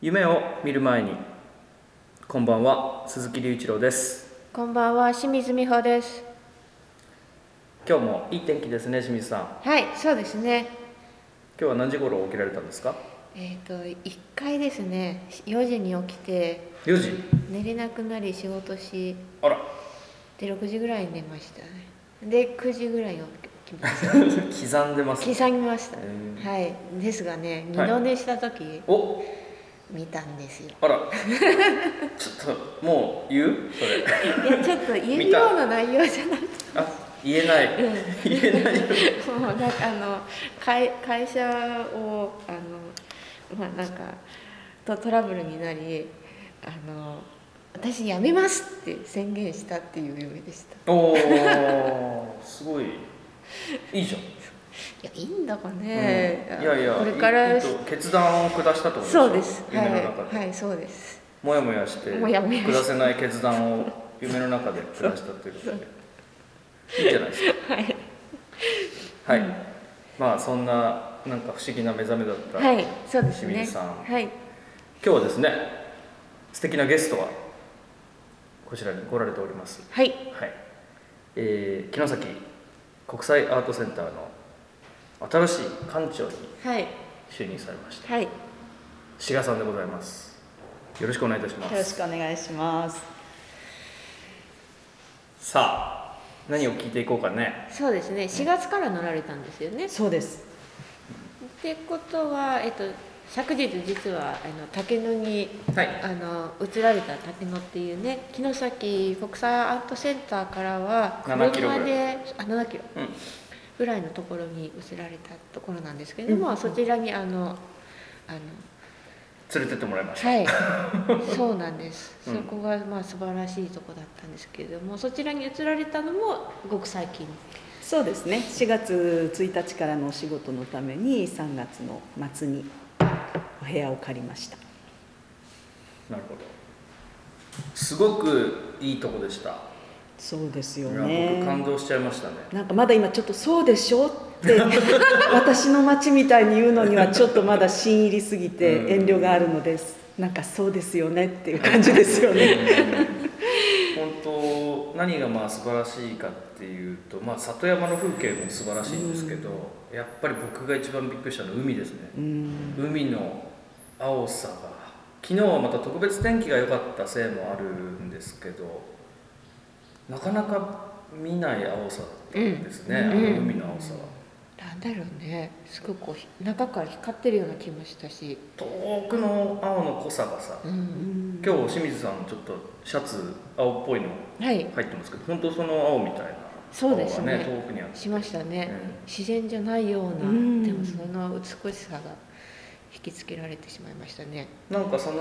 夢を見る前にこんばんは鈴木隆一郎ですこんばんは、清水美穂です。今日もいい天気ですね清水さん今はい、そうですね。日は何時頃起きられたんですかえっ、と、一回ですね、4時に起きて、 4時寝れなくなり仕事し、あら で、6時ぐらいに寝ましたね。で、9時ぐらいに起きま し刻んでますた。刻みましたへーね。はい、ですがね、二はい度寝した時、お見たんですよ。あら ちょっともう言うそれ いや、ちょっと言える見たような内容じゃなくて。あ言えない言えないよもうなんかあの会会社をあのまあなんかとトラブルになりあの私辞めますって宣言したっていう夢でしたいおーすごいいいじゃんやいいんだかね、うんいやいやこれからいいと決断を下したってことでしょそうですは夢い、の中で、はい、そうですもやもやしてもやもやして下せない決断を夢の中で下したということでいいじゃないですはい、かはい、まあそんななんか不思議な目覚めだった、はい、そうです清ね水さんはい今日はですね素敵なゲストがこちらに来られておりますはいはい、えー、城崎国際アートセンターの新しい館長にはい就任されましたはい志賀さんでございますよろしくお願いいたしますよろしくお願いします。さあ何を聞いていこうかねそうですね4月から乗られたんですよねそうです。ってことは、えっと、昨日実はあの竹野にはいあの移られた竹野っていうね城崎国際アートセンターからは7キロぐらいであ7キロうんぐらいのところに移られたところなんですけれども、そちらにあのあの連れてってもらいましたはい そうなんです、うんそこがまあ素晴らしいとこだったんですけれどもそちらに移られたのもごく最近そうですね。4月1日からのお仕事のために3月の末にお部屋を借りました。なるほどすごくいいとこでしたそうですよいや僕感ね。動しちゃいましたねなんかまだ今ちょっとそうでしょって 私の町みたいに言うのにはちょっとまだ芯入りすぎうんて遠慮があるのです。なんかそうですよねっていう感じですよね。本当何がまあ素晴らしいかっていうと、まあ、里山の風景も素晴らしいんですけど、やっぱり僕が一番びっくりしたのは海ですね、うん。海の青さが昨日はまた特別天気が良かったせいもあるんですけどなかなか見ない青さだったんですね、うんあのうん海の青さは。なんだろうねすごくこうひ中から光ってるような気もしたし、遠くの青の濃さがさ、うん、今日清水さんちょっとシャツ青っぽいのは入いってますけど本当その青みたいなそうですね青が遠くにあってしましたね、う自然じゃないような、うんでもその美しさが引きつけられてしまいましたねなんかその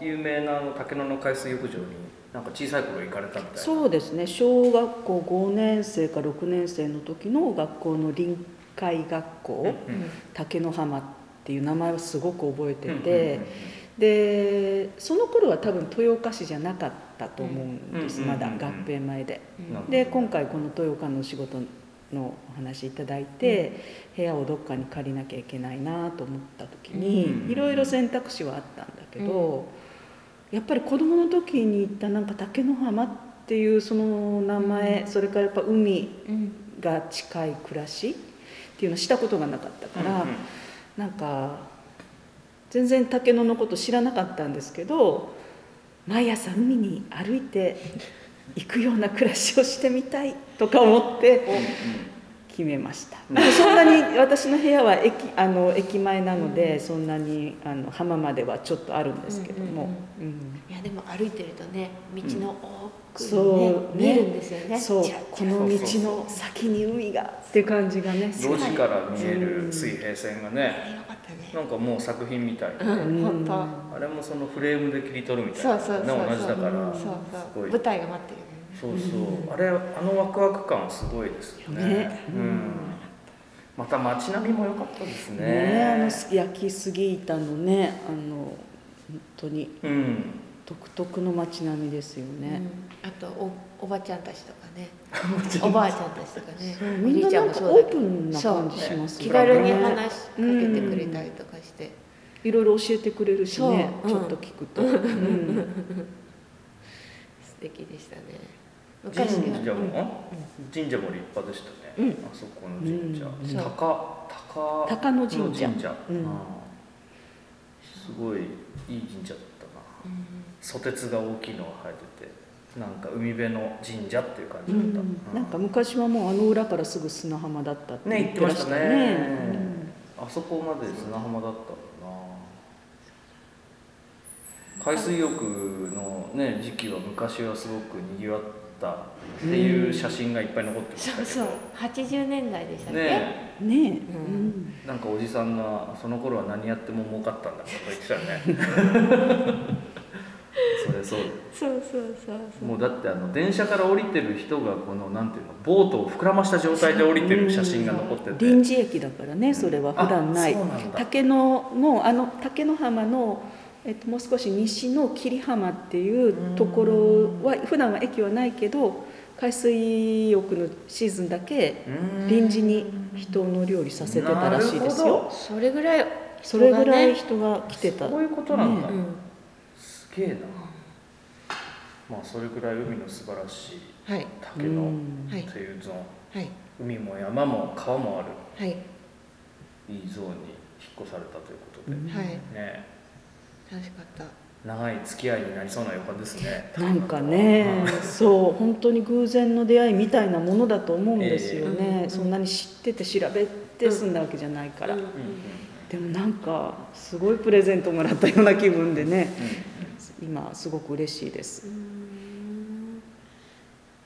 有名なあの竹野の海水浴場になんか小さい頃行かれたみたいなそうですね小学校5年生か6年生の時の学校の臨海学校、うんうん竹野浜っていう名前をすごく覚えてうて、んうんうんでその頃は多分豊岡市じゃなかったと思うんです、うんまだうん合併前で。うんなるほどで今回この豊岡のお仕事のお話いただいて、部屋をどっかに借りなきゃいけないなと思った時うんにいろいろ選択肢はあったんだけど、やっぱり子供の時に行ったなんか竹野浜っていうその名前、うんそれからやっぱ海うんが近い暮らしっていうのをしたことがなかったから、うんうんなんか全然竹野のこと知らなかったんですけど毎朝海に歩いて行くような暮らしをしてみたいとか思って決めました、うんでもそんなに私の部屋は駅あの駅前なので、そんなにあの浜まではちょっとあるんですけども、うんいやでも歩いてるとね道の奥にね、そう見えるんですよねそうちらこちらの道の先に海がっていう感じがね路地から見える水平線がね、よかったねなんかもう作品みたいな、うん本当、あれもそのフレームで切り取るみたいそなうねそうそうそう同じだからそうすそうごい舞台が待ってるよねそうそうあれあのワクワク感はすごいですよねねうんまた街並みも良かったですねねえあのす焼きすぎ板のねあの本当にうん独特の街並みですよね、うんあとおおばちゃんたちとかね おばあちゃんたちとかねおみんじいなちなゃんんもかそうオだーけプンどな感じします気よね軽に話しかけてくれたりとかして、いろいろ教えてくれるしね、そうちうょんっと聞くと、うん素敵でしたね神昔は社も、神社も立派でしたね、うんあそこの神社、うんそう高高鷹の神社の神社うんあーすごいいい神社だったなソテツが大きいのが生えててなんか海辺の神社っていう感じだった、うなんか昔はもうあの裏からすぐ砂浜だったってね言っ行てまってまししたたねねあそこまで砂浜だったんだな海水浴のね時期は昔はすごくにぎわったっていう写真がいっぱい残ってましたそけうど、そう80年代でしたっけ、ねうんねえ、うえなんかおじさんがその頃は何やっても儲かったんだとか言ってたよね それそうそうそうそうそうもうだってあの電車から降りてる人がこのなんていうのボートを膨らました状態で降りてる写真が残ってうんて、臨時駅だからねそれは普段ない、あそうなんだ竹野のあの竹野浜の、えっと、もう少し西の霧浜っていうところは普段は駅はないけど海水浴のシーズンだけうん臨時に人を乗り降りさせてたらしいですなるほよどそれぐらいそれぐらい人人が来てたそういうことなんだ、がねうんすげえなまあそれぐらい海の素晴らしいはい竹のうんっていうゾーン、はい海も山も川もあはいるいいゾーンに引っ越されたということで、うんねはいえ楽しかった長い付き合いになりそうな予感ですねなんかね、そう本当に偶然の出会いみたいなものだと思うんですよね、ええそんなに知ってて調べて済んだわけじゃないから、うんうんうんうんでもなんかすごいプレゼントもらったような気分でねうん今すごく嬉しいですうーん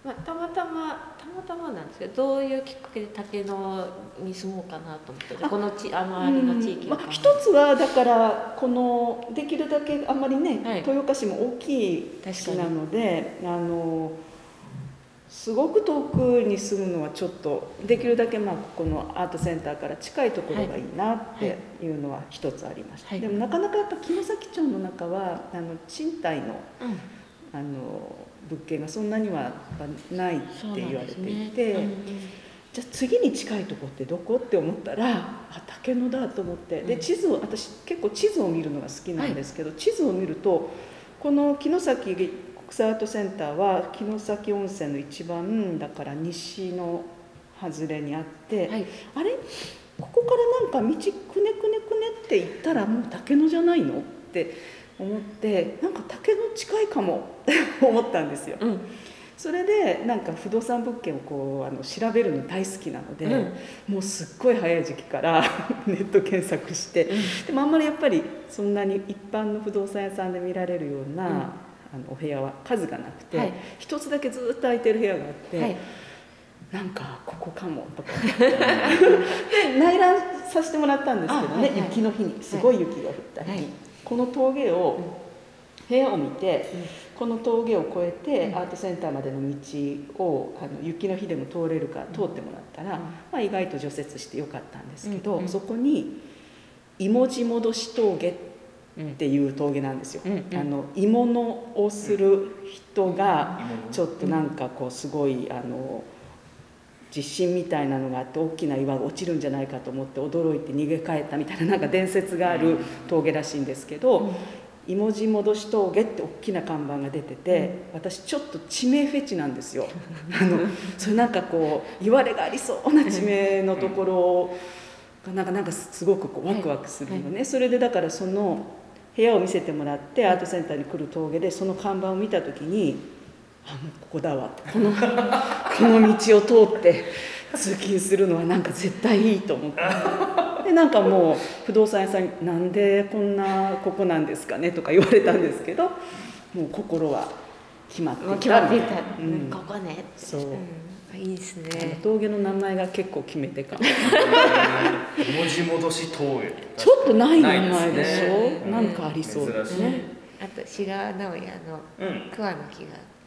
まあ、たまたまたまたまなんですけどどういうきっかけで竹野に住もうかなと思ってあこのちあの周りの地域まをあ考え、一つはだからこのできるだけあんまりね、はい豊岡市も大きい市なのであのすごく遠くに住むのはちょっとできるだけまあここのアートセンターから近いところがいいなっていうのは一つありました、はいでもなかなかやっぱ城崎町の中はあの賃貸のうん、あの物件がそんなにはやっぱないってそうなん言われでてすいねて、うんじゃあ次に近いとこってどこって思ったらあ竹野だと思ってでうん地図を私結構地図を見るのが好きなんですけど、地図を見るとこの城崎国際アートセンターは城崎温泉の一番だから西の外れにあって、うんはい、あれここからなんか道くねくねくねって行ったらもう竹野じゃないのって思ってなんか竹野近いかもって思ったんですよ。うんそれでなんか不動産物件をこうあの調べるの大好きなので、うんもうすっごい早い時期から ネット検索してでもあんまりやっぱりそんなに一般の不動産屋さんで見られるような、うんあのお部屋は数がなくてはい一、つだけずっと空いてる部屋があって、はいなんかここかもと かで内覧させてもらったんですけどあね、はいはい雪の日にすごい雪が降った日に、はいこの峠を、部屋を見て、うんこの峠を越えて、うんアートセンターまでの道をあの雪の日でも通れるから通ってもらったら、うんまあ、意外と除雪してよかったんですけど、うんうんそこに「芋地戻し峠」っていう峠なんですよ。うんうんあの鋳物をする人が、ちょっっとなんかこうすごいあの地震みたいなのがあって大きな岩が落ちるんじゃないかと思って驚いて逃げ帰ったみたいななんか伝説がある峠らしいんですけど「芋地戻し峠」って大きな看板が出てて私ちょっと地名フェチなんですよ。あのそれなんかこう言われがありそうな地名のところをなんかなんかすごくこうワクワクするのね、それでだからその部屋を見せてもらってアートセンターに来る峠でその看板を見た時にあもうここだわってこの この道を通って通勤するのはなんか絶対いいと思って。でなんかもう不動産屋さんに「なんでこんなここなんですかね?」とか言われたんですけどもう心は決まっていもたう決まっていた、うんここねって、そうんいいですね峠の名前が結構決め てかもと文字戻し峠ちょっとない名前でしないょすな,、んかありそう珍ですしいね、あと志賀直哉のうん桑の木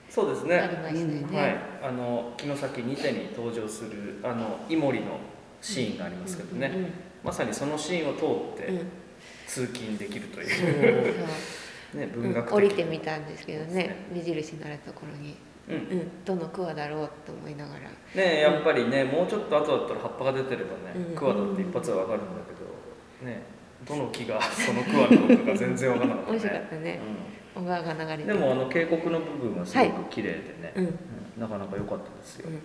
そうですがありねましたよね、うんはいあの城崎二手に登場するあのイモリのシーンがありますけどね、まさにそのシーンを通っうんうてん通勤できるという、そ うねう文ん学的降りてみたんですけどそうですねね目印になるところに、うんうん、どのクワだろうと思いながらねやっぱりねもうちょっと後だったら葉っぱが出てればね、うんクワだって一発は分かるんだけどねどの木がその桑なのかが全然わからなかったね美 味しかったね小川が流れてうんるでもあの渓谷の部分はすごはいく綺麗でね、うん、うんうんなかなか良かったですよ、うん、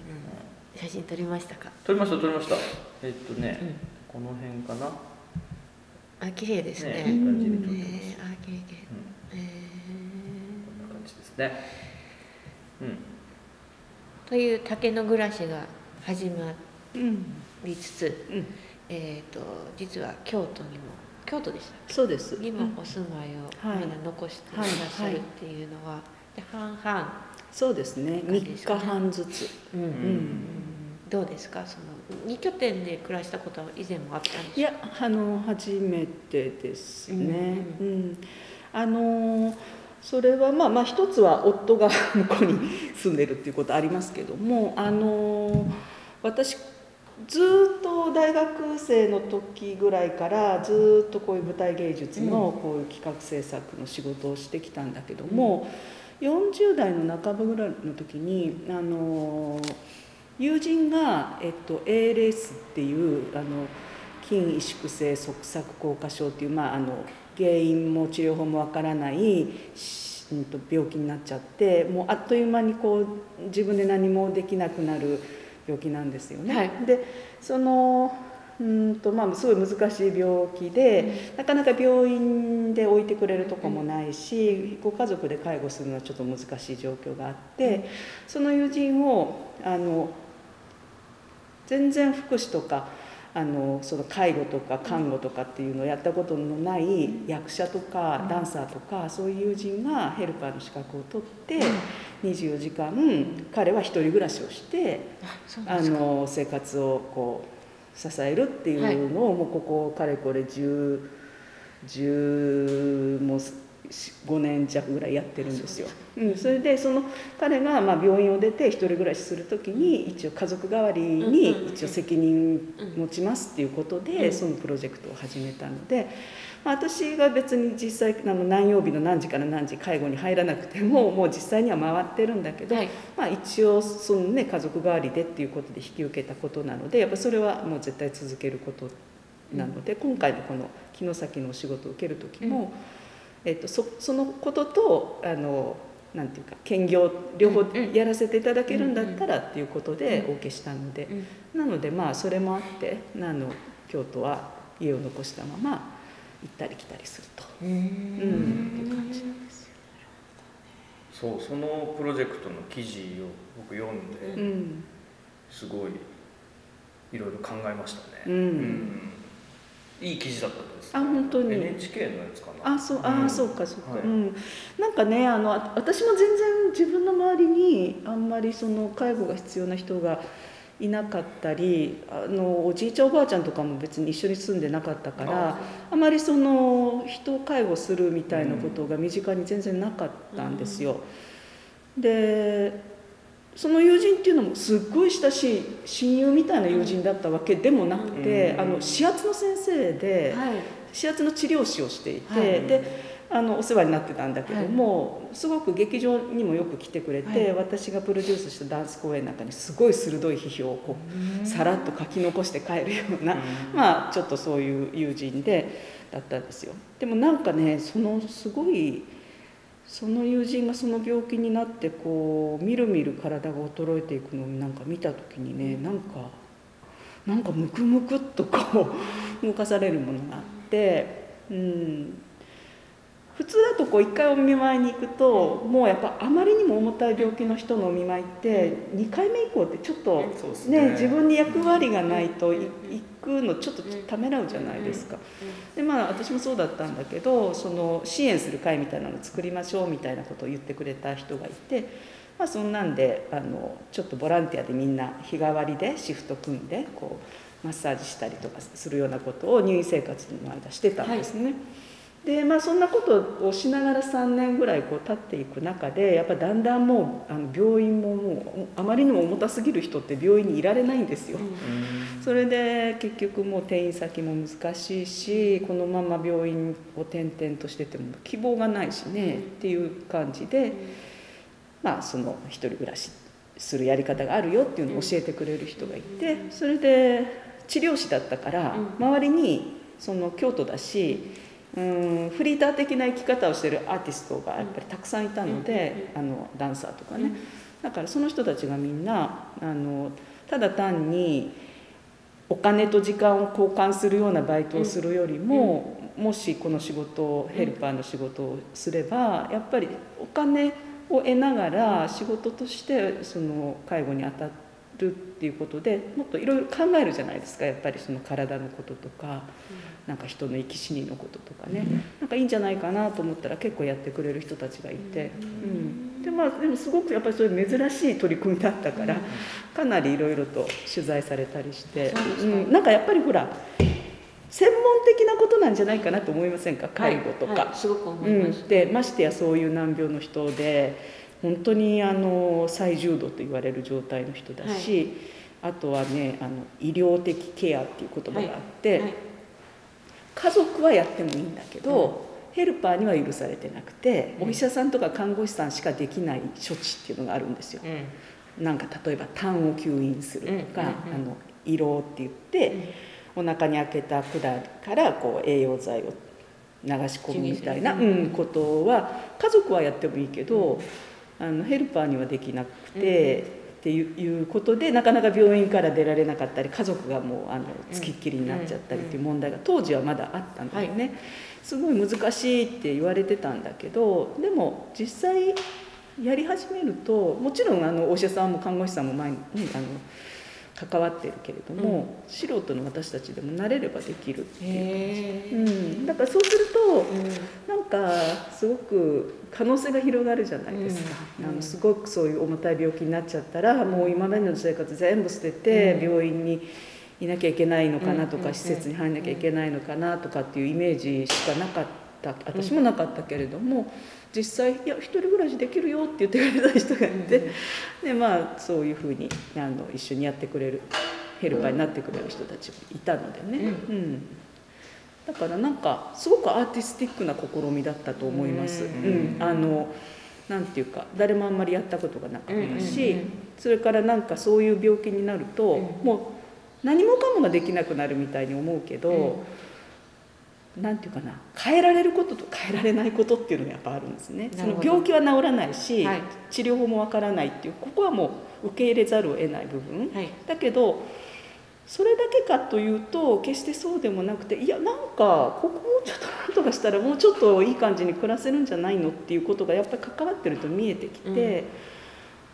写真撮りましたか、撮りました撮りましたえっとね、うん、この辺かなあ綺麗ですねねいい感じに撮ねってます、あ綺麗綺麗うんえこんな感じですね。うん、ーという竹の暮らしが始まうんりつつ、うんえー、と実は京都にも京都でしたっそうですけにうもんお住まいをはいまだ残していらはいっしゃはいるっていうのは、で半々、そうですね感三じです日かね半ずつうんうんどうですかその2拠点で暮らしたことは以前もあったんですいやあの初めてですね。うんあのそれはまあまあ一つは夫が向こうに住んでるっていうことありますけどもあの私ずっと大学生の時ぐらいからずっとこういう舞台芸術のこういう企画制作の仕事をしてきたんだけども、40代の半ばぐらいの時にあの友人が、えっと、A レースっていうあの筋萎縮性側索硬化症っていう、まあ、あの原因も治療法もわからない、しうん、と病気になっちゃってもうあっという間にこう自分で何もできなくなる病気なんですよね。はいでそのうんとまあ、すごい難しい病気で、なかなか病院で置いてくれるとこもないし、ご家族で介護するのはちょっと難しい状況があって、その友人をあの全然福祉とかあのその介護とか看護とかっていうのをやったことのない役者とかダンサーとかそういう友人がヘルパーの資格を取って24時間彼は一人暮らしをしてあそうなあんですかの生活をこう支えるっていうのをもうここかれこれ10 10もう5年弱ぐらいやってるんですよ。うん、それでその彼がまあ病院を出て一人暮らしする時に一応家族代わりうんうんにうん一応責任持ちますっていうことでそのプロジェクトを始めたので、まあ、私が別に実際あの何曜日の何時から何時介護に入らなくてももう実際には回ってるんだけど、はいまあ、一応その、ね、家族代わりでっていうことで引き受けたことなのでやっぱそれはもう絶対続けることなので、今回のこの城崎のお仕事を受ける時も、えっと、そそのこととあのなんていうか兼業両方うんうんやらせていただけるんだったらっていうことでお受けしたので、うんなのでまあそれもあってあの京都は家を残したまま行ったり来たりすると。ううんっていうん感じなんですよそう、そのプロジェクトの記事を僕読んうで、うんすごいいろいろ考えましたね。うんうんいい記事だったんです。あ本当に NHK のやつかな。あそうあー、んそうかそうか、はいうんなんかねあのあ私も全然自分の周りにあんまりその介護が必要な人がいなかったりあのおじいちゃんおばあちゃんとかも別に一緒に住んでなかったからあまりその人を介護するみたいなことが身近に全然なかったんですよ、でその友人っていうのもすっごい親しい親友みたいな友人だったわけでもなくて、うんあの指圧の先生で、はい指圧の治療師をしていて、はいであのお世話になってたんだけども、すごく劇場にもよく来てくれて、はい私がプロデュースしたダンス公演なんかにすごい鋭い批評をこうさらっと書き残して帰るような、まあちょっとそういう友人でだったんですよ。でもなんかねそのすごいその友人がその病気になってこうみるみる体が衰えていくのをなんか見た時にねなんかなんかムクムクっとこう 動かされるものがあって、うん、普通だとこう1回お見舞いに行くともうやっぱあまりにも重たい病気の人のお見舞いって2回目以降ってちょっと。そうですね。ね、自分に役割がないとい行くのちょっとためらうじゃないですか。でまあ私もそうだったんだけどその支援する会みたいなの作りましょうみたいなことを言ってくれた人がいて、まあ、そんなんであのちょっとボランティアでみんな日替わりでシフト組んでこうマッサージしたりとかするようなことを入院生活の間してたんですね。でまあ、そんなことをしながら3年ぐらいこう経っていく中でやっぱだんだんもうあの病院ももうあまりにも重たすぎる人って病院にいられないんですよ。うんそれで結局もう転院先も難しいしこのまま病院を転々としてても希望がないしねっていう感じでまあその一人暮らしするやり方があるよっていうのを教えてくれる人がいてそれで治療師だったからう周りにその京都だしうんフリーター的な生き方をしてるアーティストがやっぱりたくさんいたので、あのダンサーとかね、だからその人たちがみんなあのただ単にお金と時間を交換するようなバイトをするよりも、もしこの仕事をヘルパーの仕事をすればやっぱりお金を得ながら仕事としてその介護に当たるっていうことでもっといろいろ考えるじゃないですかやっぱりその体のこととか、なんか人の生き死にのこととかね、なんかいいんじゃないかなと思ったら結構やってくれる人たちがいて。うんでまあ、でもすごくやっぱりそういう珍しい取り組みだったから、かなりいろいろと取材されたりしてそうですかん、なんかやっぱりほら専門的なことなんじゃないかなと思いませんか介護とか、はいはいすごく思いまうん、す、でましてやそういう難病の人で本当にあの最重度と言われる状態の人だし、あとはねあの医療的ケアっていう言葉があって、はい家族はやってもいいんだけど、ヘルパーには許されてなくて、うんお医者さんとか看護師さんしかできない処置っていうのがあるんですよ。なんか例えば痰を吸引するとか、うんうんうんあの胃ろうって言って、お腹に開けた管からこう栄養剤を流し込むみたいな、注う入するん、ことは家族はやってもいいけど、あのヘルパーにはできなくて。っていういうことでなかなか病院から出られなかったり家族がもうあのつきっきりになっちゃったりっていう問題が当時はまだあったのでね、すごい難しいって言われてたんだけどでも実際やり始めるともちろんあのお医者さんも看護師さんも前に、ね、あの関わってるけれども、素人の私たちでも慣れればできるっていう、へえ、うん、だからそうするとうんなんかすごく可能性が広がるじゃないですか、うんあのすごくそういう重たい病気になっちゃったらもう今までの生活全部捨ててうん病院にいなきゃいけないのかなとか、うん施設に入んなきゃいけないのかなとかっていうイメージしかなかった私もなかったけれども、実際「いや一人暮らしできるよ」って言ってくれた人がいて、でまあそういうふうにあの一緒にやってくれるヘルパーになってくれる人たちもいたのでね。うんだからなんかすごくアーティスティックな試みだったと思います。ううんん、あのなんていうか誰もあんまりやったことがなかったし、うんうんうんそれからなんかそういう病気になると、うんもう何もかもができなくなるみたいに思うけど、なんていうかな変えられることと変えられないことっていうのがやっぱあるんですね。そなるほのど病気は治らないし、はい治療法もわからないっていうここはもう受け入れざるを得ない部分、はいだけどそれだけかというと決してそうでもなくていやなんかここもうちょっとなんとかしたらもうちょっといい感じに暮らせるんじゃないのっていうことがやっぱり関わってると見えてきて、うん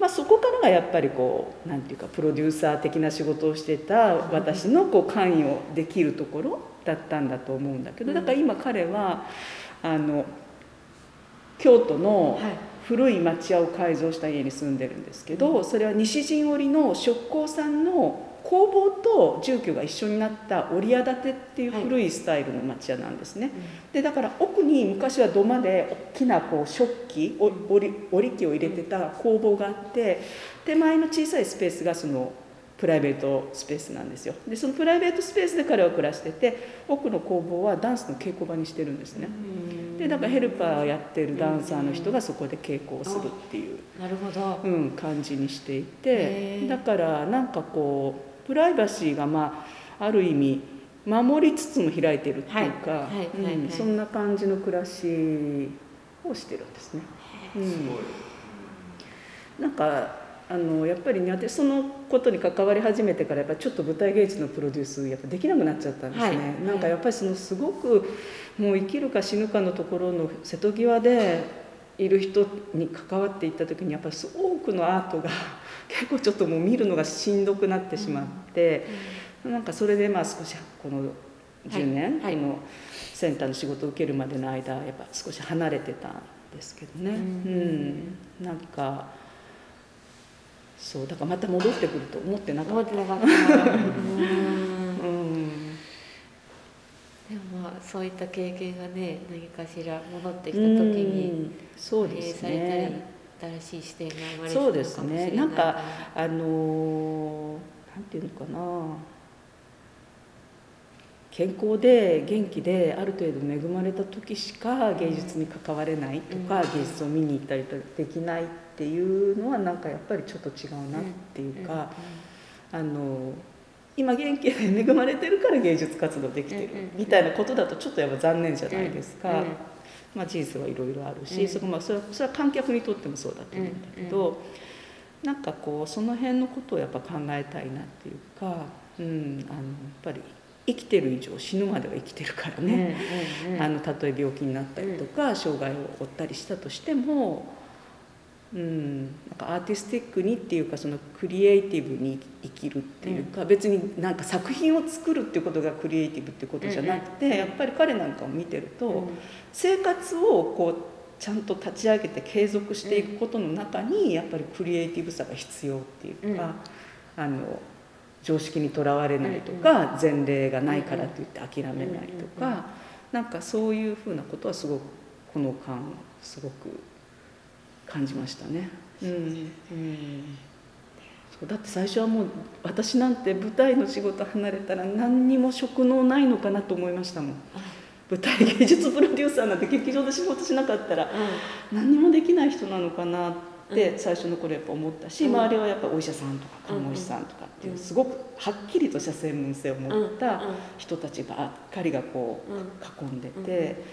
まあ、そこからがやっぱりこうなんていうかプロデューサー的な仕事をしてた私のこう関与できるところだったんだと思うんだけどだから今彼はあの京都のはい古い町屋を改造した家に住んでるんですけどそれは西陣織の職工さんの工房と住居が一緒になった織屋建てっていう古いスタイルの町屋なんですね、でだから奥に昔は土間で大きなこう食器お織り織り機を入れてた工房があって手前の小さいスペースがそのプライベートスペースなんですよでそのプライベートスペースで彼は暮らしてて奥の工房はダンスの稽古場にしてるんですね、うんでだからヘルパーやってるダンサーの人がそこで稽古をするっていう、なるほどうん、感じにしていへてーだからなんかこうプライバシーがまあある意味守りつつも開いてるっていうか、はいはいはいうんはいそんな感じの暮らしをしてるんですね。うすんごい、なんかあのやっぱりね私そのことに関わり始めてからやっぱちょっと舞台芸術のプロデュースやっぱできなくなっちゃったんですね、はいなんかやっぱりそのすごくもう生きるか死ぬかのところの瀬戸際でいる人に関わっていった時にやっぱり多くのアートが結構ちょっともう見るのがしんどくなってしまって、なんかそれでまあ少しこの10年、はいはいこのセンターの仕事を受けるまでの間やっぱ少し離れてたんですけどね、うんうん、なんかそうだからまた戻ってくると思ってなか思っったてなかったうんうんでもまあそういった経験がね何かしら戻ってできた時にそうです反映されねたり新しい視点が生まれてそうくでるのすかもしねれなないんかあのーなんていうのかな健康で元気である程度恵まれた時しか芸術に関われないとか、うん芸術を見に行ったりとかできないっていうのはなんかやっぱりちょっと違うなっていうか、あの今元気で恵まれてるから芸術活動できてるうんうんうんみたいなことだとちょっとやっぱ残念じゃないですか、うんうんまあ、事実はいろいろあるし、うんそこまあそれはそれは観客にとってもそうだと思うんだけど、なんかこうその辺のことをやっぱ考えたいなっていうか、うん、あのやっぱり生きてる以上死ぬまでは生きてるからね。うんうんあのたとえ病気になったりとか、障害を負ったりしたとしても、うん、なんかアーティスティックにっていうかそのクリエイティブに生きるっていうか、別になんか作品を作るっていうことがクリエイティブっていうことじゃなくて、うんうんやっぱり彼なんかを見てると、うん生活をこうちゃんと立ち上げて継続していくことの中にやっぱりクリエイティブさが必要っていうか、あの常識にとらわれないとか、前例がないからといって諦めないとか、うんうんなんかそういうふうなことはすごくこの間すごく感じましたね。うんうんそうだって最初はもう私なんて舞台の仕事離れたら何にも職能ないのかなと思いましたもん舞台芸術プロデューサーなんて劇場で仕事しなかったら何にもできない人なのかなって最初の頃やっぱ思ったし、うん周りはやっぱお医者さんとか看護師さんとかっていううんすごくはっきりとした専門性を持ったうんうん人たちばっかりがこううん囲んでて、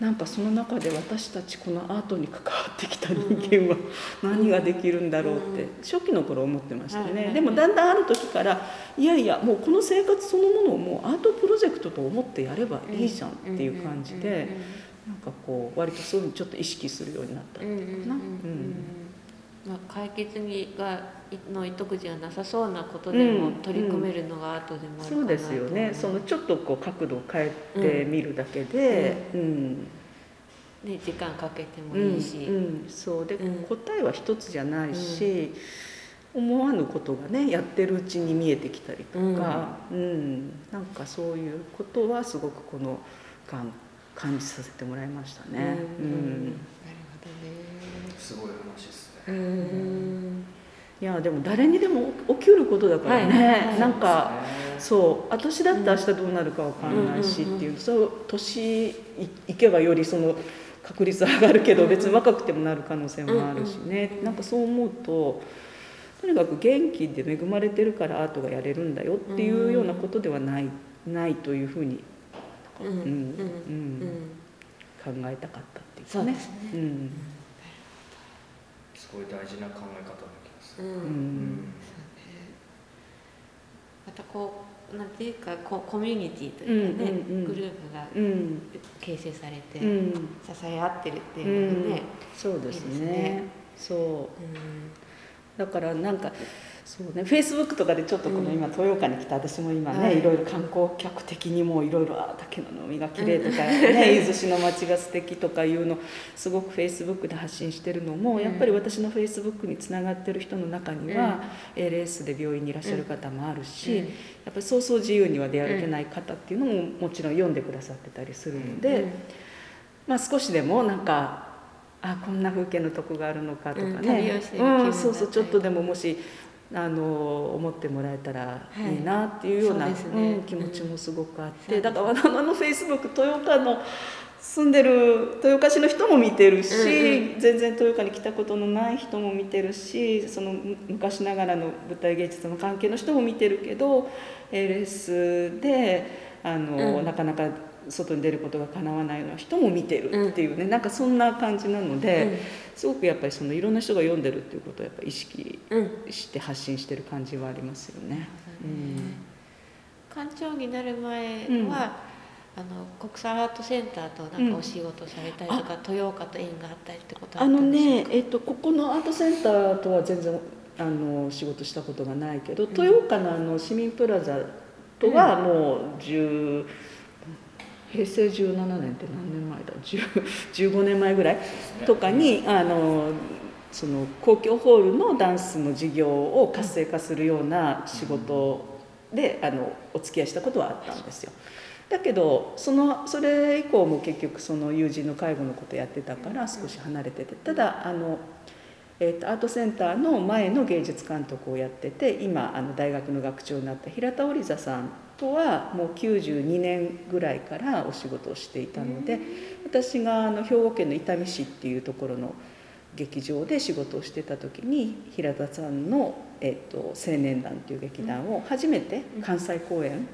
なんかその中で私たちこのアートに関わってきた人間は何ができるんだろうってうん初期の頃思ってましたはいはいはねいでもだんだんある時からいやいやもうこの生活そのものをもうアートプロジェクトと思ってやればいいじゃんっていう感じでなんかこう割とそういうのちょっと意識するようになったうんうんうんなううんんまあ、解決にがの糸口がなさそうなことでもうん取り組めるのが後でもあるかそうなと思ですよねそのちょっとこう角度を変えてみるだけで、うんね時間かけてもうんいいし、うん、そうで、うん答えは一つじゃないし、思わぬことがねやってるうちに見えてきたりとか、うんなんかそういうことはすごくこの間感じさせてもらいましたね。ううんんなるすごい話ですねほどねうんいやでも誰にでも起起きうることだからね、はいはいなんかそうですねそう私だって明日どうなるかわかんないしっうんていう,、そう年いいけばよりその確率上がるけど、別に若くてもなる可能性もあるしね、なんかそう思うととにかく元気で恵まれてるからアートがやれるんだよっていうようなことではない,、ないというふうに、うんうんうんううんん考えたかったっていうそうですねうんすごい大事な考え方の気がすうる、うんんまたこうなんていうかこうコミュニティというかね、うんうんうんグループがうん形成されて、うん支え合ってるっていうのがね、そうですいいですねねそううんだからなんかそうねフェイスブックとかでちょっとこのうん今豊岡に来た私も今ね、はいい、ろいろ観光客的にもいろいろああ竹の海が綺麗とか ね、伊豆市の街が素敵とかいうのすごくフェイスブックで発信してるのも、うんやっぱり私のフェイスブックにつながってる人の中には、ALS で病院にいらっしゃる方もあるし、うんやっぱりそうそう自由には出歩けない方っていうのももちろん読んでくださってたりするので。うんまあ、少しでもなんかあこんな風景のとこがあるのかとかね、うん旅をしてる気分だったりうんそうそうちょっとでももしあの思ってもらえたらいいいなっていうような、そうですねん気持ちもすごくあっうんて、だからあのあのフェイスブック豊岡の住んでる豊岡市の人も見てるし、うん全然豊岡に来たことのない人も見てるしそのむ昔ながらの舞台芸術の関係の人も見てるけど ALS であの、うんなかなか外に出ることが叶わないような人も見てるっていうね、なんかそんな感じなので、うんすごくやっぱりそのいろんな人が読んでるっていうことをやっぱ意識うんして発信してる感じはありますよね。館長になる前は、うんあの国際アートセンターとなんかお仕事されたりとか、豊岡と縁があったりってことあったんのでしょうね、えっと、ここのアートセンターとは全然あの仕事したことがないけど、ん豊岡のあの市民プラザとはもう10、平成17年って何年前だ10 15年前ぐらいとかにあのその公共ホールのダンスの事業を活性化するような仕事で、あのお付き合いしたことはあったんですよ。だけどそのそれ以降も結局その友人の介護のことやってたから少し離れててただあの、えー、とアートセンターの前の芸術監督をやってて今あの大学の学長になった平田織座さんとはもう92年ぐらいからお仕事をしていたので私があの兵庫県の伊丹市っていうところの劇場で仕事をしてた時に平田さんの「えっと青年団」という劇団を初めて関西公演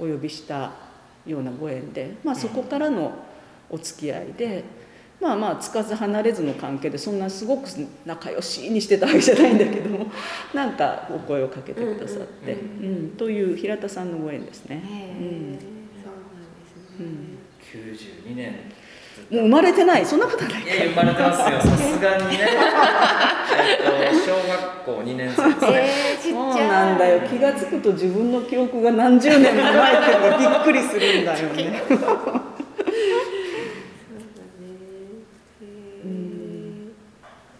お呼びしたようなご縁で、まあ、そこからのお付き合いで。まあまあつかず離れずの関係でそんなすごく仲良しにしてたわけじゃないんだけども なんかお声をかけてくださって、うんうんという平田さんのご縁ですね。えそうなんですね、うん92年もう生まれてないそんなことないいや生まれてますよさすがにねえっと小学校2年生ですえー、ちそっちゃいうなんだよ気が付くと自分の記憶が何十年も前っていうのがびっくりするんだよねそうだねへ ーうん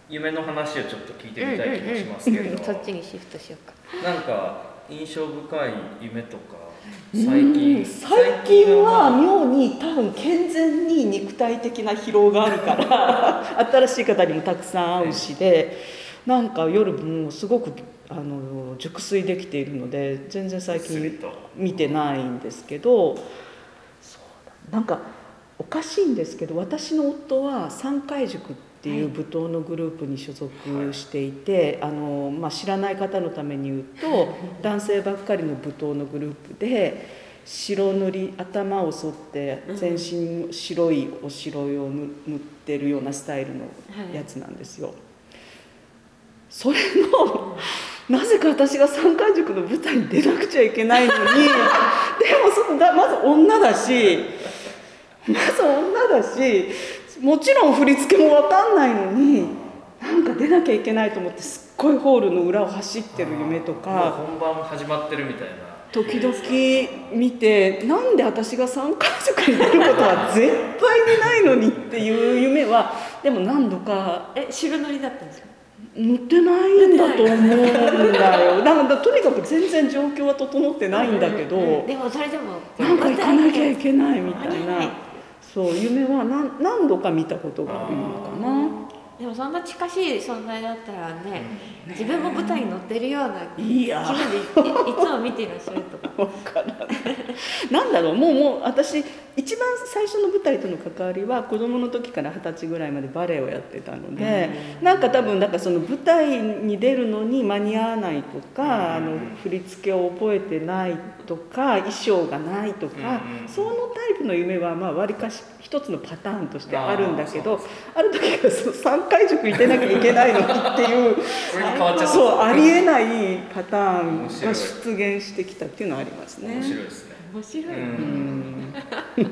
夢の話をちょっと聞いてみたい気もしますけうんうんれうんどそっちにシフトしようかなんか印象深い夢とか最うん近最近は最妙に多分健全に肉体的な疲労があるから新しい方にもたくさん会うしでなんか夜もすごくあの熟睡できているので全然最する近と見てないんですけどそうだなんかおかしいんですけど私の夫は三階塾っていう舞踏のグループに所属していて、あのまあ、知らない方のために言うと男性ばっかりの舞踏のグループで白塗り頭を剃って全身白いおしろいを塗塗ってるようなスタイルのやつなんですよ。それのなぜか私が三階塾の舞台に出なくちゃいけないのにでもそのだまず女だしまず女だしもちろん振り付けも分かんないのになんか出なきゃいけないと思ってすっごいホールの裏を走ってる夢とか。もう本番始まってるみたいな時々見てなんで私が3回塾に出ることは絶対にないのにっていう夢はでも何度かえ白塗りだったんですか乗ってないんだと思うん だよだからとにかく全然状況は整ってないんだけど、うんでもそれでもなんか行かなきゃいけないみたいはないそう夢は何何度か見たことがあるのかなでもそんな近しい存在だったらね自分も舞台に乗ってるような気いや分でい いつも見ていらっしゃるとかわからない なんだろうもうもう私一番最初の舞台との関わりは子供の時から二十歳ぐらいまでバレエをやってたので、なんか多分なんかその舞台に出るのに間に合わないとか、うんあの振り付けを覚えてないとか衣装がないとか、うんそのタイプの夢はまあ割かし一つのパターンとしてあるんだけあーどある時からその3回塾行ってなきゃいけないのにっていう。それに変わっちゃったそうありえないパターンが面出白い現してきたっていうのはありますね面白いですね面白い、ううんん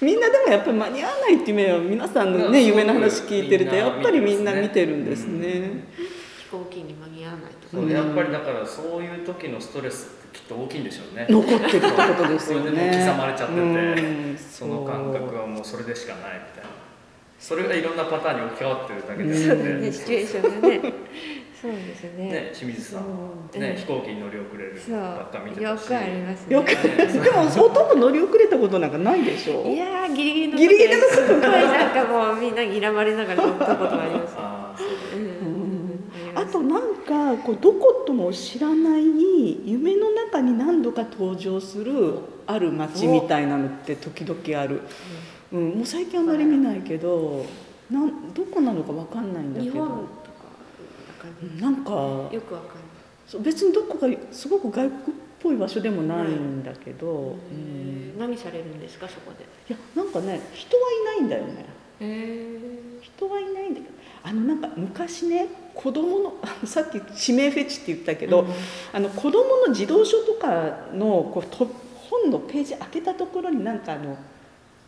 みんなでもやっぱり間に合わないっていう夢は皆さんのねうん夢の話聞いてるとみんなやっぱりみんな見てるんですね飛行機に間に合わないとか、そうやっぱりだからそういう時のストレスってきっと大きいんでしょうね残ってるってことですよ それでねもう刻まれちゃっててうんその感覚はもうそれでしかないみたいなそれがいろんなパターンに置き換わってるだけでそあうっだねてシチュエーションがねそうですねね清水さんはね飛行機に乗り遅れるそうばっか見てよたしくありますねよくでもほとんど乗り遅れたことなんかないでしょいやーギリギリのギリギリのすごいなんかもうみんな睨まれながら乗ったことがありますああそうだうんりまあすとなんかこうどことも知らない夢の中に何度か登場するある街みたいなのって時々ある、うん、もう最近あんまり見ないけどなんどこなのかわかんないんだけ日ど本とかなんかうんなんかよくわかんないそう別にどこかすごく外国っぽい場所でもないんだけど、うん、へー何されるんですかそこでいやなんかね人はいないんだよねへ人はいないんだけどあのなんか昔ね子供のあのさっき指名フェチって言ったけど、あの子供の児童書とかのこうと本のページ開けたところになんかあの、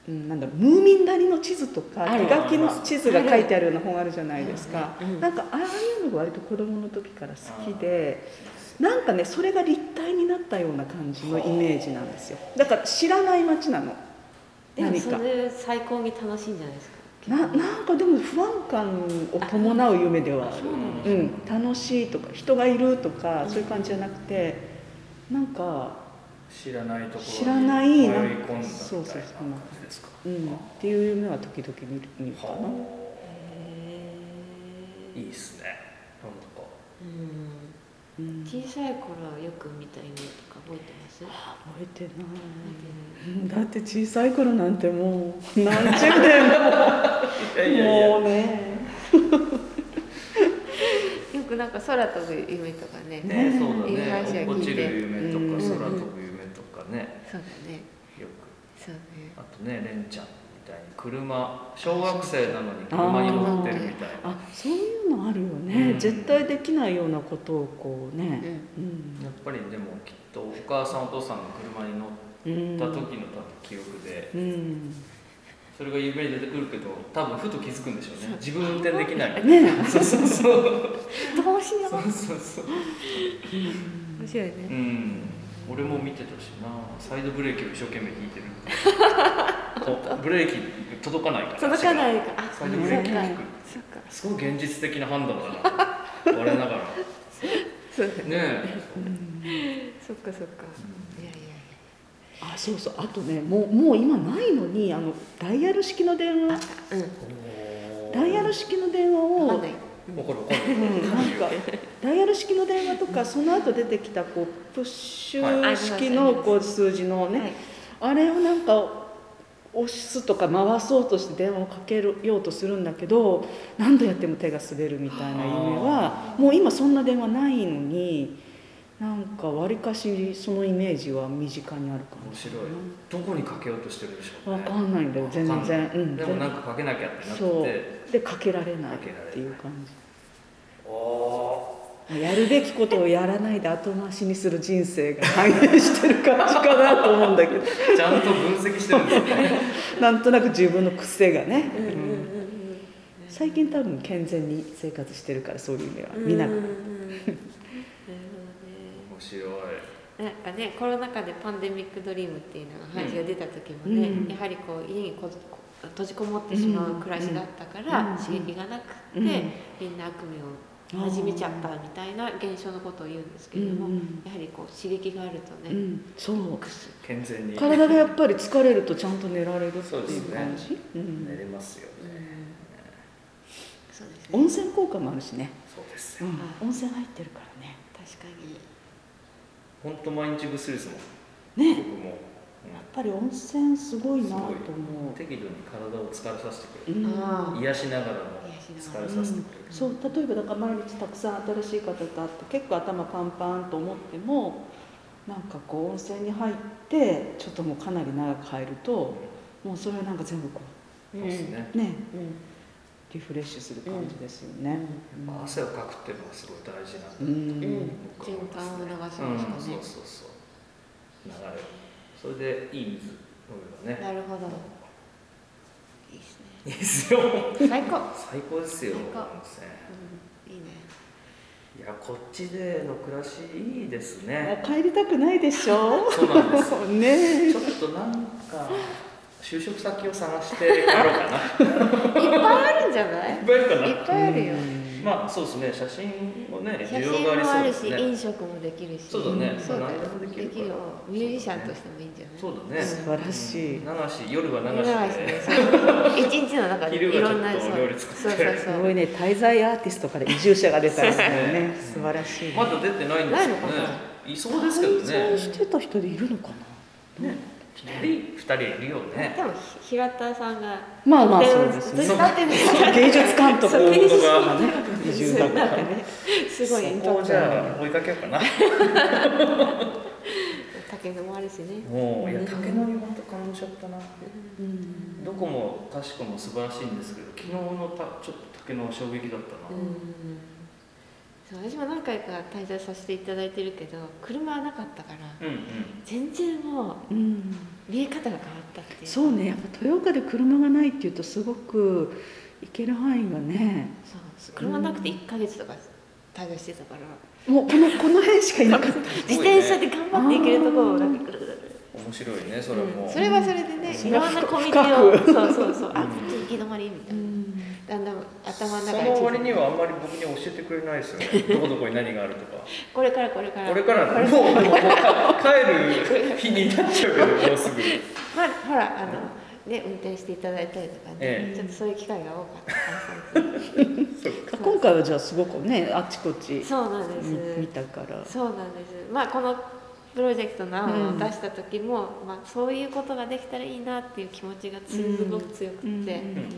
うん、なんだろうムーミン谷の地図とかあ手る書きの地図が書いてあるような本あるじゃないですか、うんなんかああいうのが割と子供の時から好きでなんかねそれが立体になったような感じのイメージなんですよだから知らない街なのでも何そかれ最高に楽しいんじゃないですかななんかでも不安感を伴う夢ではあるそうなんだうん、楽しいとか人がいるとかそういう感じじゃなくてなんか知らないところに知らない迷い込んだみたいなそうそうそう感じですかうん、っていう夢は時々見る見るかな。はへあいいですねなんとかーうんうん、覚小さい頃よく見た夢とか覚えてますえてないうん。だって小さい頃なんてもう何十年もいやいやいやもうね。くなんか空飛ぶ夢とかねねそうだいい話は聞いねて落ちる夢とかうん空飛ぶ夢とかねそうだねよそうねくあとねレンちゃんみたいに車小学生なのに車に乗ってるみたいなあそういうのあるよね、うん絶対できないようなことをこううね、んうんやっぱりでもきっとお母さんお父さんが車に乗っうんた時の多分記憶でうん、それが夢に出てくるけど多分ふと気づくんでしょうね自分運転で きないねそうそうそうどうしようそうそうそう面白いねうん俺も見てたしなサイドブレーキを一生懸命引いてるおブレーキ届かないから届かないかあサイドブレーキを引くそっかすごい現実的な判断だな我ながらねそうだねえそっかそっかいやいやあそうそうあとねもうもう今ないのにあのダイヤル式の電話うんダイヤル式の電話わかをんないわかるわかるうんなんかダイヤル式の電話とかその後出てきたこうプッシはュい式のこう数字のはいねあれをなんか押すとか回そうとして電話をかけようとするんだけど何度やっても手が滑るみたいな夢はもう今そんな電話ないのになんかわりかしそのイメージは身近にあるかも面し白いどこにかけようとしてるんでしょうれない。わかねんないんだよ全わかんない然。うんでもなんかかけなきゃってなってそうでかけられないっていう感じ。おやるべきことをやらないで後回しにする人生が 反映してる感じかなと思うんだけどーちゃんと分析してるんですねなんとなく自分の癖がね、うんうんうん最近多分健全に生活してるからそういう夢はうんうん見なうんうくんなる面白いほどねなんかねコロナ禍でパンデミックドリームっていうのが話が出た時もね、うんやはりこう家にここ閉じこもってしまう暮らしだったから、うん刺激がなくって、うんみんな悪夢を始めちゃったみたいな現象のことを言うんですけれども、うんやはりこう刺激があるとうね、ん、そうくす健全に体がやっぱり疲れるとちゃんと寝られるってそうでいうすね感じ、うん寝れますよねそうですね温泉効果もあるしね、そうですうよん温泉入ってるからね確かに本当毎日ぐっすりですもんね僕も、やっぱり温泉すごいなと思うん適度に体を疲れさせてくう、うれんある癒しながらも癒しな疲がれらさせてくれる、そう例えばだから毎日たくさん新しい方と会って結構頭パンパンと思ってもなんかこう温泉に入ってちょっともうかなり長く入るともうそれはなんか全部こそうですね、うねうんリフレッシュする感じですよね。うんまあ、汗をかくっていうのはすごい大事なんだうとうんん循環を促すうんん、ですそかうね、そうそう流れるそれでいい水飲めばねなるほどいいですねいいですよ最高、最高ですよ最高温泉うん、いいねいやこっちでの暮らしいいですもねう帰りたくないでしょそうなんですねえちょっとなんか就職先を探して 帰ろうかないっぱいあるんじゃないいいっぱいいるかなっぱいあるよ、まあそうですね写真をね写需要があり真もそうあるですし、ね飲食もできるしそうだねそうだよ何でもできるできるよミュージシャンとしてもいいんじゃないそうだね素晴らしいうん流し夜は流流しでしてそう一日の中で昼いはろちょっんなと料理作ってそうそうそうすごいね滞在アーティストから移住者が出たりするのね素晴らしい、まだ出てないんですけどねないのかいそうですけど滞在ねしてた人でいるのかな一人二人いるよね多分平田さんがまあまあ電そう話ですずねっと立ってる芸術監督そう芸術がね移住だかなんらかねねすごいそこをじゃあ追いかけようかな竹野もあるしねもういや竹の実本当感じちゃったなうんどこもかしこも素晴らしいんですけど昨日のたちょっと竹の衝撃だったな、うんそう私も何回か滞在させていただいてるけど車はなかったからうんうん全然もううん見え方が変わったっていうそうねやっぱ豊岡で車がないっていうとすごく行ける範囲がねそう車なくて1か月とか滞在してたからもうこのこの辺しかいなかった自転車で頑張って行けるところをなんかぐるぐるぐる面白いねそれも、うんそれはそれでねそいれろはんな深コミュニティを深そうそうそうあうんこっち行き止まりみたいな、だんだん頭のそ中にの割にはあんまり僕に教えてくれないですよね どこどこに何があるとかこれからこれからこれからもうもうもう帰る日になっちゃうけどもう すぐまあほらあのね運転していただいたりとかね、ええちょっとそういう機会が多かったから今回はじゃあすごくねあっちこっちそうなんです、うん見たからそうなんですまあこのプロジェクトの案うをん出した時も、まあ、そういうことができたらいいなっていう気持ちがすごく強くて、うんん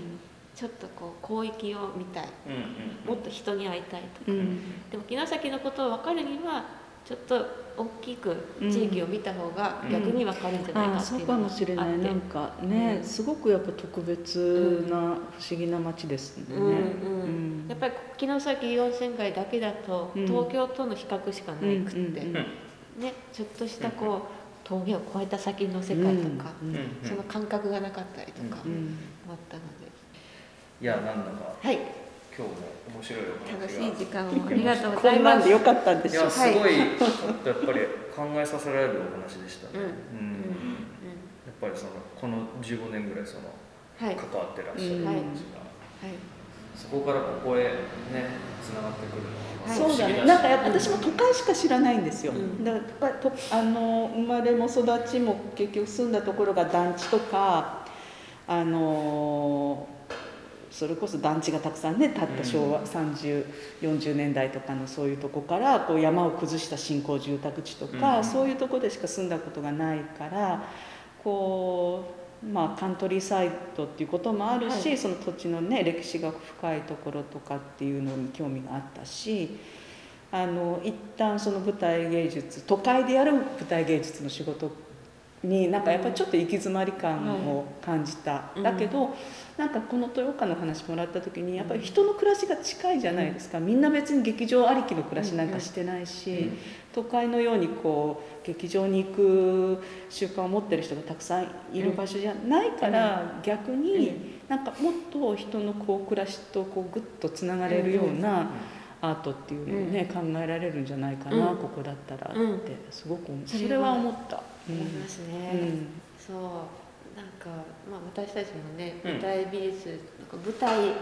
ちょっとこう広域を見たいうんうんもっと人に会いたいとか、うんでも城崎のことを分かるにはちょっと大きく地域を見た方がうん逆に分かるんじゃないあかあってそういうかのがあもっしてれないなんかね、うんすごくやっぱ特別な不思議な街ですね、うんううんんやっぱり城崎温泉街だけだとうん東京との比較しかなくって、うんうんうんねちょっとしたこう峠を越えた先の世界とか、ううんんうんその感覚がなかったりとかううもんあったので、いやなんだかはい今日も面白いお話が楽しい時間をありがとうごこざいんまなすんでよかったんでしいょやうすごいちょっとやっぱり考えさせられるお話でしたね、うんうんやっぱりそのこの15年ぐらいそのはい、関わってらっしゃるうん人が、はいそこからここへねつながってくるのは、まあそうだ不思議ね。しなんかやっぱ私も都会しか知らないんですよ。うんだからとあの生まれも育ちも結局住んだところが団地とかあのそれこそ団地がたくさんね建った昭和3040年代とかのそういうとこからこう山を崩した新興住宅地とか、うんそういうとこでしか住んだことがないからこうまあカントリーサイドっていうこともあるし、はいその土地のね歴史が深いところとかっていうのに興味があったしあの一旦その舞台芸術都会でやる舞台芸術の仕事になんかやっぱりちょっと行き詰まり感を感じた、うんだけど、なんかこの豊岡の話もらった時にやっぱり人の暮らしが近いじゃないですか、みんな別に劇場ありきの暮らしなんかしてないし。いうん都会のようにこう劇場に行く習慣を持ってる人がたくさんいる場所じゃないから、逆に、なんかもっと人のこう暮らしとこうグッとつながれるようなアートっていうのをね、考えられるんじゃないかな、うんここだったらって、うんすごく思うそそれはれは思った。うん思いますね、そうなんか、まあ、私たちもねうん舞台美術、なんか舞台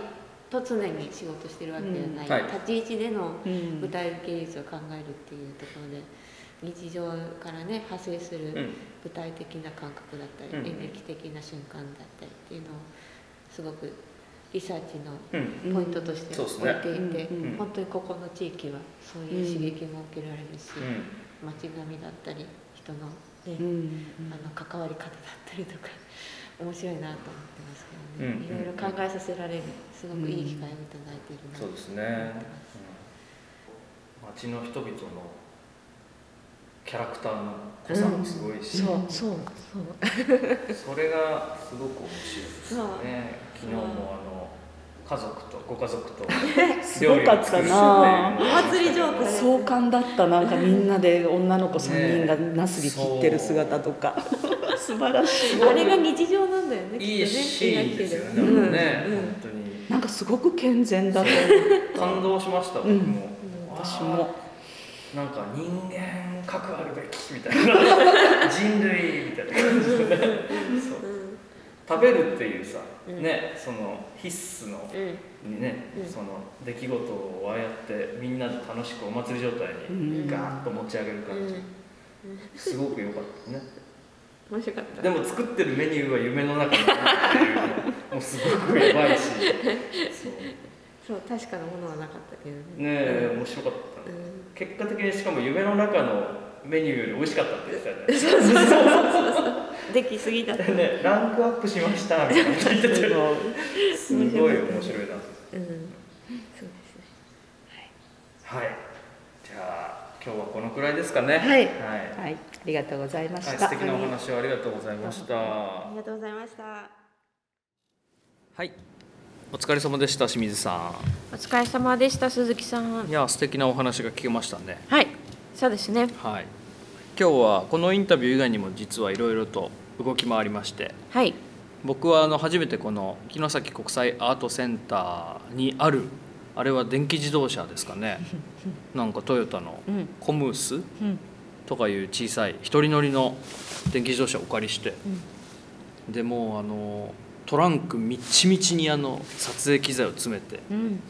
と常に仕事してるわけじゃない、うんはい立ち位置でのうん舞台芸術を考えるっていうところで日常からね派生すうるん舞台的な感覚だったり、うん演劇的な瞬間だったりっていうのをすごくリサーチのうんポイントとしてそう置っすいてねいて、うんうん本当にここの地域はそういう刺激も受けられるし、街並みだったり人のね、うんあの関わり方だったりとか面白いなと思ってますけどうんね、いろいろ考えさせられるすごくいい機会をいただいているうんなそうですね、うん、街の人々のキャラクターの濃さもすごいし、そうそうそうそれがすごく面白いですそうね昨日もあの家族とご家族 とすごかったな料理を作るっていうのをお祭り状態壮観だったなんかみんなで女の子3人がなすび切ってる姿とか、 素晴らしいあれが日常なんだよねいいシーンですよねきっとでもね、うんうん本当になんかすごく健全だと思感動しました、うん僕も、う私もなんか人間かくあるべきみたいな人類みたいな感じでねそう食べるっていうさ、うんねその必須のうんうんにね、うんその出来事をああやってみんなで楽しくお祭り状態うにんガーッと持ち上げる感じ、すごく良かったね面白かっ たでも作ってるメニューは夢の中にあるっていうのももうすごくやばいしそうそう確かなものはなかったけどねねえ面白かったね、結果的にしかも夢の中のメニューより美味しかったって言ってたよねうんできすぎだった、 ね、ランクアップしましたみたいなこと言ってたけどすごい面白いなうん、そうはいじゃあ今日はこのくらいですかねはいははいい、ありがとうございまはしい、た素敵なお話をありがとうございましたありがとうございましたはいお疲れ様でした清水さお疲れ様でした鈴木さんんいや素敵なお話が聞けましたねはいそうですねはい今日はこのインタビュー以外にも実はいろいろと動き回りましてはい僕はあの初めてこの城崎国際アートセンターにあるあれは電気自動車ですか ねなんかトヨタのうんコムースうんとかいう小さい一人乗りの電気自動車をお借りして、でもうあのトランクみっちみちにあの撮影機材を詰めてうん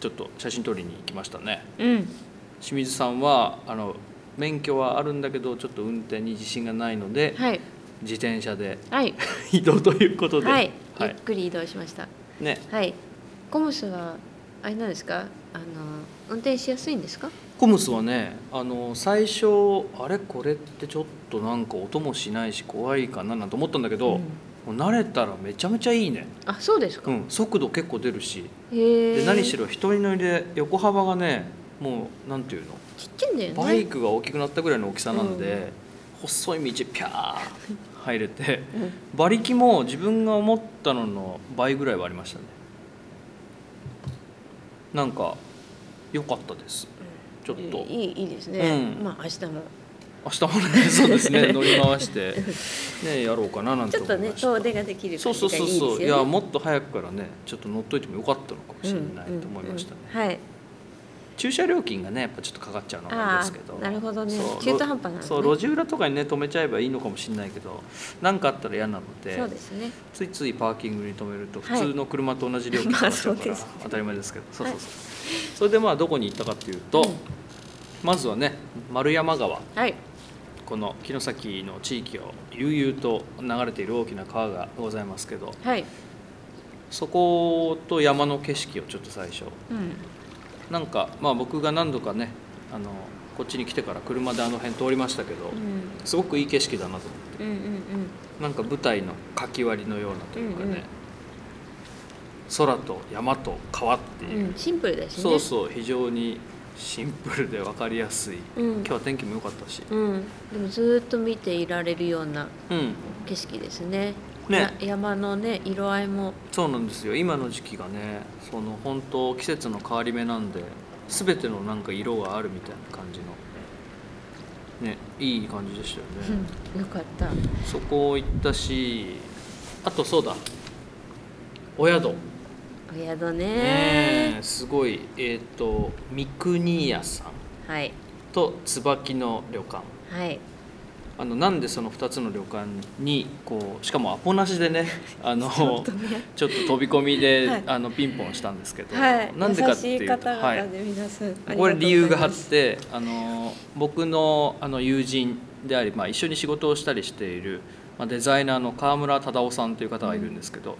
ちょっと写真撮りに行きましたねうん清水さんはあの免許はあるんだけどちょっと運転に自信がないのではい自転車ではい移動ということで、はいはゆっいくり移動しましたね、はいコムスはあれなんですかあの運転しやすいんですかコムスはねあの最初あれこれってちょっとなんか音もしないし怖いかななんて思ったんだけど、うんもう慣れたらめちゃめちゃいいね、あそうですかう、ん、速度結構出るしへえで何しろ一人乗りで横幅がねもうなんていうのちっちゃいんだよねバイクが大きくなったぐらいの大きさなんで、細い道ピャー入れて、馬力も自分が思ったのの倍ぐらいはありましたねなんか良かったですちょっいといいいいいですね、うんまあ明日も明日も ねそうですね乗り回してねやろうかななんちてょっ思といねました遠出ができるそ感うじそがういいそうそうですよいねやもっと早くからねちょっと乗っといてもよかったのかもしれないと思いましたね、うんうんはい駐車料金がねやっぱちょっとかかっちゃうのがああれですけどあなるほどねそう中途半端なのねそう路地裏とかにね止めちゃえばいいのかもしれないけど何かあったら嫌なのでそうですねついついパーキングに止めるとはい普通の車と同じ料金になっちゃうから、 まあそうですね当たり前ですけどそうそうそう、それでまあどこに行ったかっていうと、まずはね丸山川はいこの城崎の地域を悠々と流れている大きな川がございますけどはい、そこと山の景色をちょっと最初うん、なんかまあ僕が何度かねあのこっちに来てから車であの辺通りましたけど、うんすごくいい景色だなと思っうんうんうんてなんか舞台のかき割りのようなというかね、うんうん空と山と川っていう、うん、シンプルだしね。そうそう非常にシンプルで分かりやすい、うん今日は天気も良かったし、うん、でもずーっと見ていられるようなうん、景色ですね。ねな山のね色合いも、そうなんですよ今の時期がねその本当季節の変わり目なんで全てのなんか色があるみたいな感じのねいい感じでしたよね、うん、よかった。そこ行ったしあとそうだお宿お宿ねねえすごいえっ、と三国屋さんはいと椿の旅館はい。あのなんでその2つの旅館にこうしかもアポなしでね あのちょっと飛び込みで、 はいあのピンポンしたんですけど、はい。なんでかっていうと優しい方々はいで皆さん、ありがとうございますこれ理由があっ。てあの僕のあの友人であり、まあ、一緒に仕事をしたりしている、まあ、デザイナーの川村忠夫さんという方がいるんですけど、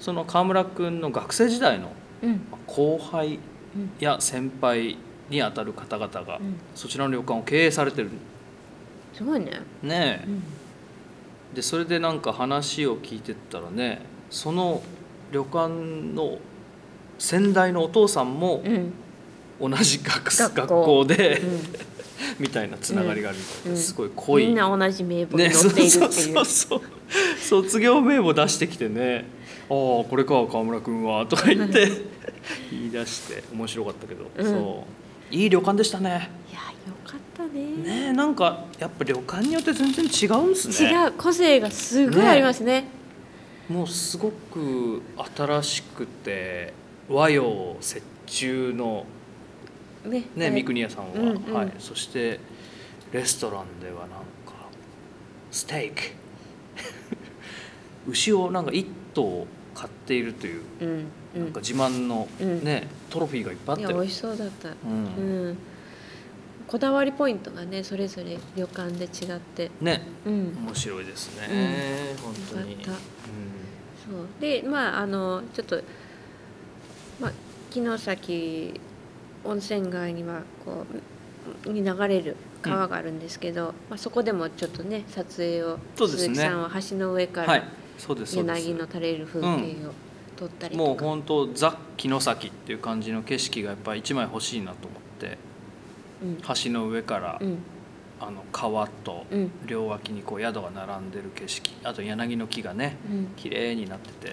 その川村君の学生時代のうんまあ後輩うんや先輩にあたる方々がうんそちらの旅館を経営されてるすごいね。ねえうんでそれでなんか話を聞いてったらねその旅館の先代のお父さんもうん同じ学生学校学校で、うみたいなつながりがあるみたいで、うんすごいん。濃い、みんな同じ名簿にね、そ載うっているそうっていそうう。そう 卒業名簿出してきてね「ああこれか川村君は」とか言って言い出して面白かったけど、うんそういい旅館でしたねいやよかったねえなんかやっぱ旅館によって全然違うんですね違う個性がすごいありますねもうすごく新しくて和洋折衷のねね、はい三国屋さんは、うんうんはい、そしてレストランではなんかステーキ 牛をなんか1頭買っているという、うんうなんんか自慢の、うんねトロフィーがいっぱいあっていやる美味しそうだったううんんこだわりポイントがねそれぞれ旅館で違ってねうん面白いですね、本当によかったそうでまああのちょっと、まあ、城崎温泉街にはこうに流れる川があるんですけど、まあ、そこでもちょっとね撮影をそうです鈴ね木さんは橋の上うかん、はらいそうですそうで柳のす垂れる風景を撮ったりとか、もう本当ザ・城崎っていう感じの景色がやっぱり一枚欲しいなと思ってうん橋の上から、うんあの川とうん両脇にこう宿が並んでる景色あと柳の木がねうん綺麗になってて、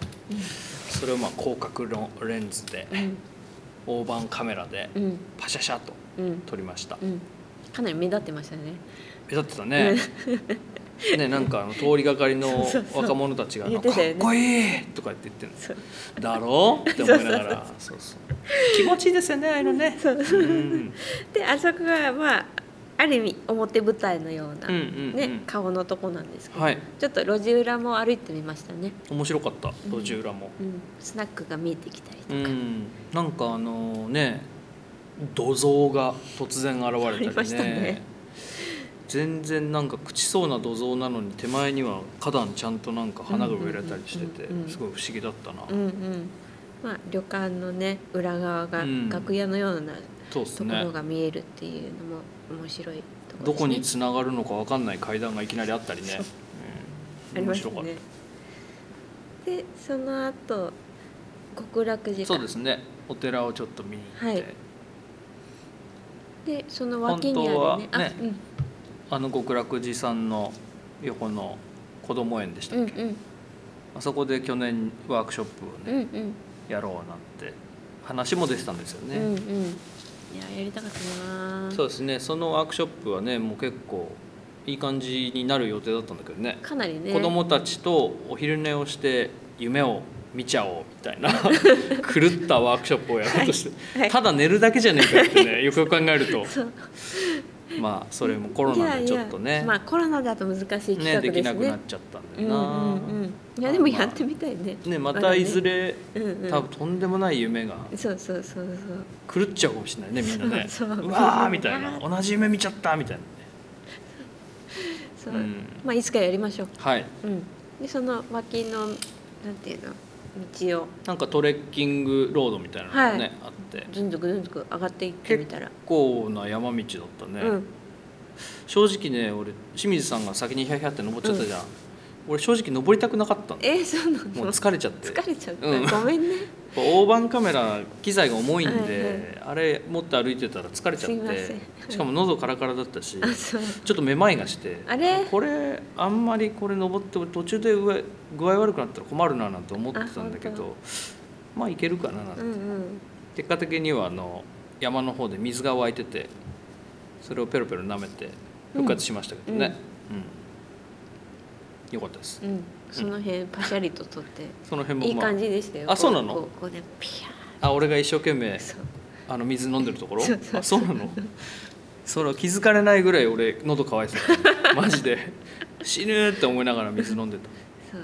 それをまあ広角のレンズで、うん大判カメラでうんパシャシャとうん撮りました、うんかなり目立ってましたね目立ってたねねなんかあの通りがかり の若者たちが「言っかてったよねこいい!」とかって言ってるそうのだろうって思いながらそうそう気持ちいいですよねああいうのねそううんであそこがまあある意味表舞台のような、うんうんねうん顔のとこなんですけど、はいちょっと路地裏も歩いてみましたね、面白かった路地裏も、うん、スナックが見えてきたりとうか、ん、なんかあのね土蔵が突然現あれりたまりしねたね全然なんか朽ちそうな土蔵なのに手前には花壇ちゃんとなんか花が植えられたりしててうんうんうんうんすごい不思議だったな、うんうんまあ、旅館のね裏側がうん楽屋のようなそうですとこねろが見えるっていうのも面白いところどこにですつねながるのかわかんない階段がいきなりあったりね、うん、面白かった、ありましでその後極楽寺かそうですねお寺をちょっと見に行って、はいでその脇にある本当ねはねあうんあの極楽寺さんの横の子ども園でしたっうんけ、あそこで去年ワークショップをうね、んうんうんやろうなんて話も出てたんですよね、うんうんいややりたかったなそうですねそのワークショップはねもう結構いい感じになる予定だったんだけどねかなりね子供たちとお昼寝をして夢を見ちゃおうみたい な狂ったワークショップをやろうとして、はいただ寝るだけじゃねえかって ねよくよく考えるとそうまあそれもコロナでちょっといやねいやまあコロナだと難しい企ね画でできすねなくなっちゃったんだようんうな、んうんいやでもやってみたいね、ねままただねいずれ、うんうん多分とんでもない夢がそうそうそう狂っちゃうかもしれないねみんなね そうそうわーみたいな同じ夢見ちゃったみたいなねそうそう、うんまあいつかやりましょうはいうんでその脇のなんていうの道をなんかトレッキングロードみたいなのがね、はいあってずんずくずんずく上がっていってみ結たら、構な山道だったね、うん正直ね俺清水さんが先にヒャヒャって登っちゃったじゃん、俺正直登りたくなかったのえー、そうなもうの疲れちゃって疲れちゃった、うんご めんね大判カメラ機材が重いんで、はいあれ持って歩いてたら疲れちゃすいまっせてんしかも喉カラカラだったしあそうちょっとめまいがしてあれこれあんまりこれ登って途中で上具合悪くなったら困るななんて思ってたんだけあど本まあいけるかななんて、うんうん結果的にはあの山の方で水が湧いててそれをペロペロ舐めて復活しましたけどね、うんよかったですうんその辺パシャリと撮ってその辺も、いいまあ、感じでしたよあそうなのここうねピャあ俺が一生懸命ーそうあの水飲んでるところそうそうあそうなのそれは気づかれないぐらい俺喉乾いてたマジで死ぬって思いながら水飲んでた、そう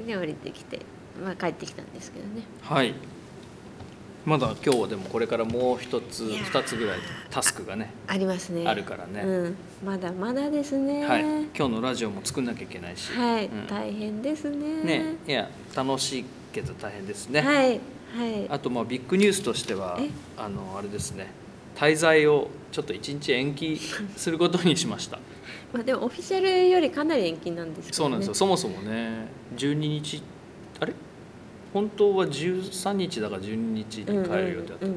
うんで降りてきてまあ帰ってきたんですけどねはいまだ今日はでもこれからもう一ついやー二つぐらいタスクがねありますねあるからねうんまだまだですねはい今日のラジオも作んなきゃいけないし、はいうん大変ですねねいや楽しいけど大変ですね、はいはいあとまあビッグニュースとしてはえあのあれですね滞在をちょっと一日延期することにしましたまあでもオフィシャルよりかなり延期なんですけどねそうなんですよそもそもね12日あれ本当は13日だから12日に帰る予定だった、うん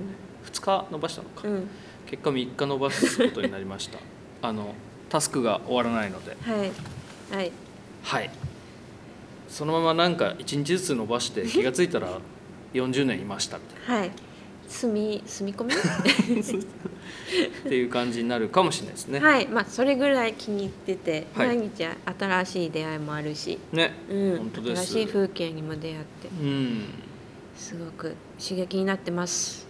2日延ばしたのか、うんうんうん結果3日延ばすことになりました あのタスクが終わらないのではいはいはいそのままなんか1日ずつ伸ば して気がついたら40年いましたみたいなはい住み住 み込みっていう感じになるかもしれないですね。はいまあそれぐらい気に入ってて、はい毎日新しい出会いもあるし、ね、うん、本当です新しい風景にも出会ってうん、すごく刺激になってます、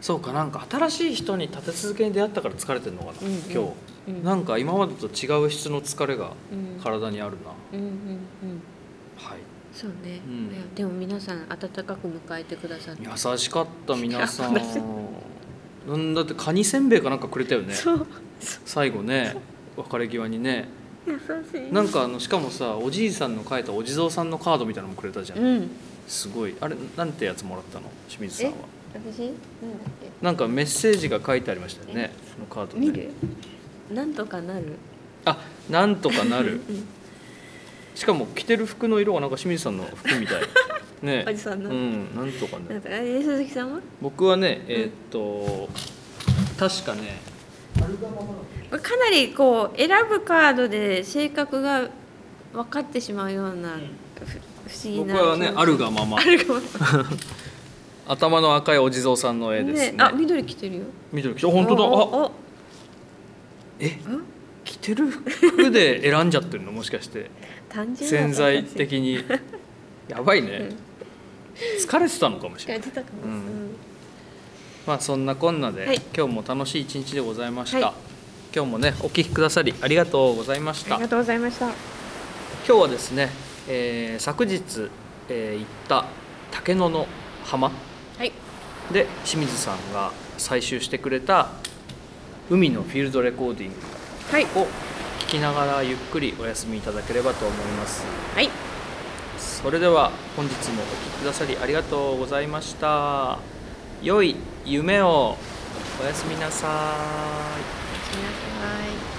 そうかなんか新しい人に立て続けに出会ったから疲れてるのかな、うんうん今う日ん、なんか今までと違う質の疲れがうん体にあるな、うんうんうんはいそうね、うんいやでも皆さん温かく迎えてくださって優しかった皆さんいや私うんだってカニせんべいかなんかくれたよねそう最後ね別れ際にね優しいなんかあのしかもさおじいさんの書いたお地蔵さんのカードみたいなのもくれたじゃん、うんすごいあれなんてやつもらったの清水さんは私なんだっなんかメッセージが書いてありましたよねそのカードけに見るなんとかなるあなんとかなるしかも着てる服の色がなんか清水さんの服みた いねおじさんうの、んなんとかななるんかえ鈴木さんは僕はねえーっと、確かねかなりこう選ぶカードで性格が分かってしまうようなふ不思議僕なはねあるがままあるかも頭の赤いお地蔵さんの絵ですねあ緑着てるよ緑着て本当だおあおおえ着てる服で選んじゃってるのもしかして単純潜在的的 にやばいね疲れてたのかもしれない出たかも、ううんん、まあそんなこんなで、はい今日も楽しい一日でございました、はい今日もねお聞きくださりありがとうございましあたりがとうございました今日はですね、えー昨日、えー行った竹野の浜はいで清水さんが採集してくれた海のフィールドレコーディンはいグを聞きながらゆっくりお休みいただければと思いますはいそれでは本日もお聞きくださりありがとうございました良い夢をおやすみなさいおやすみなさい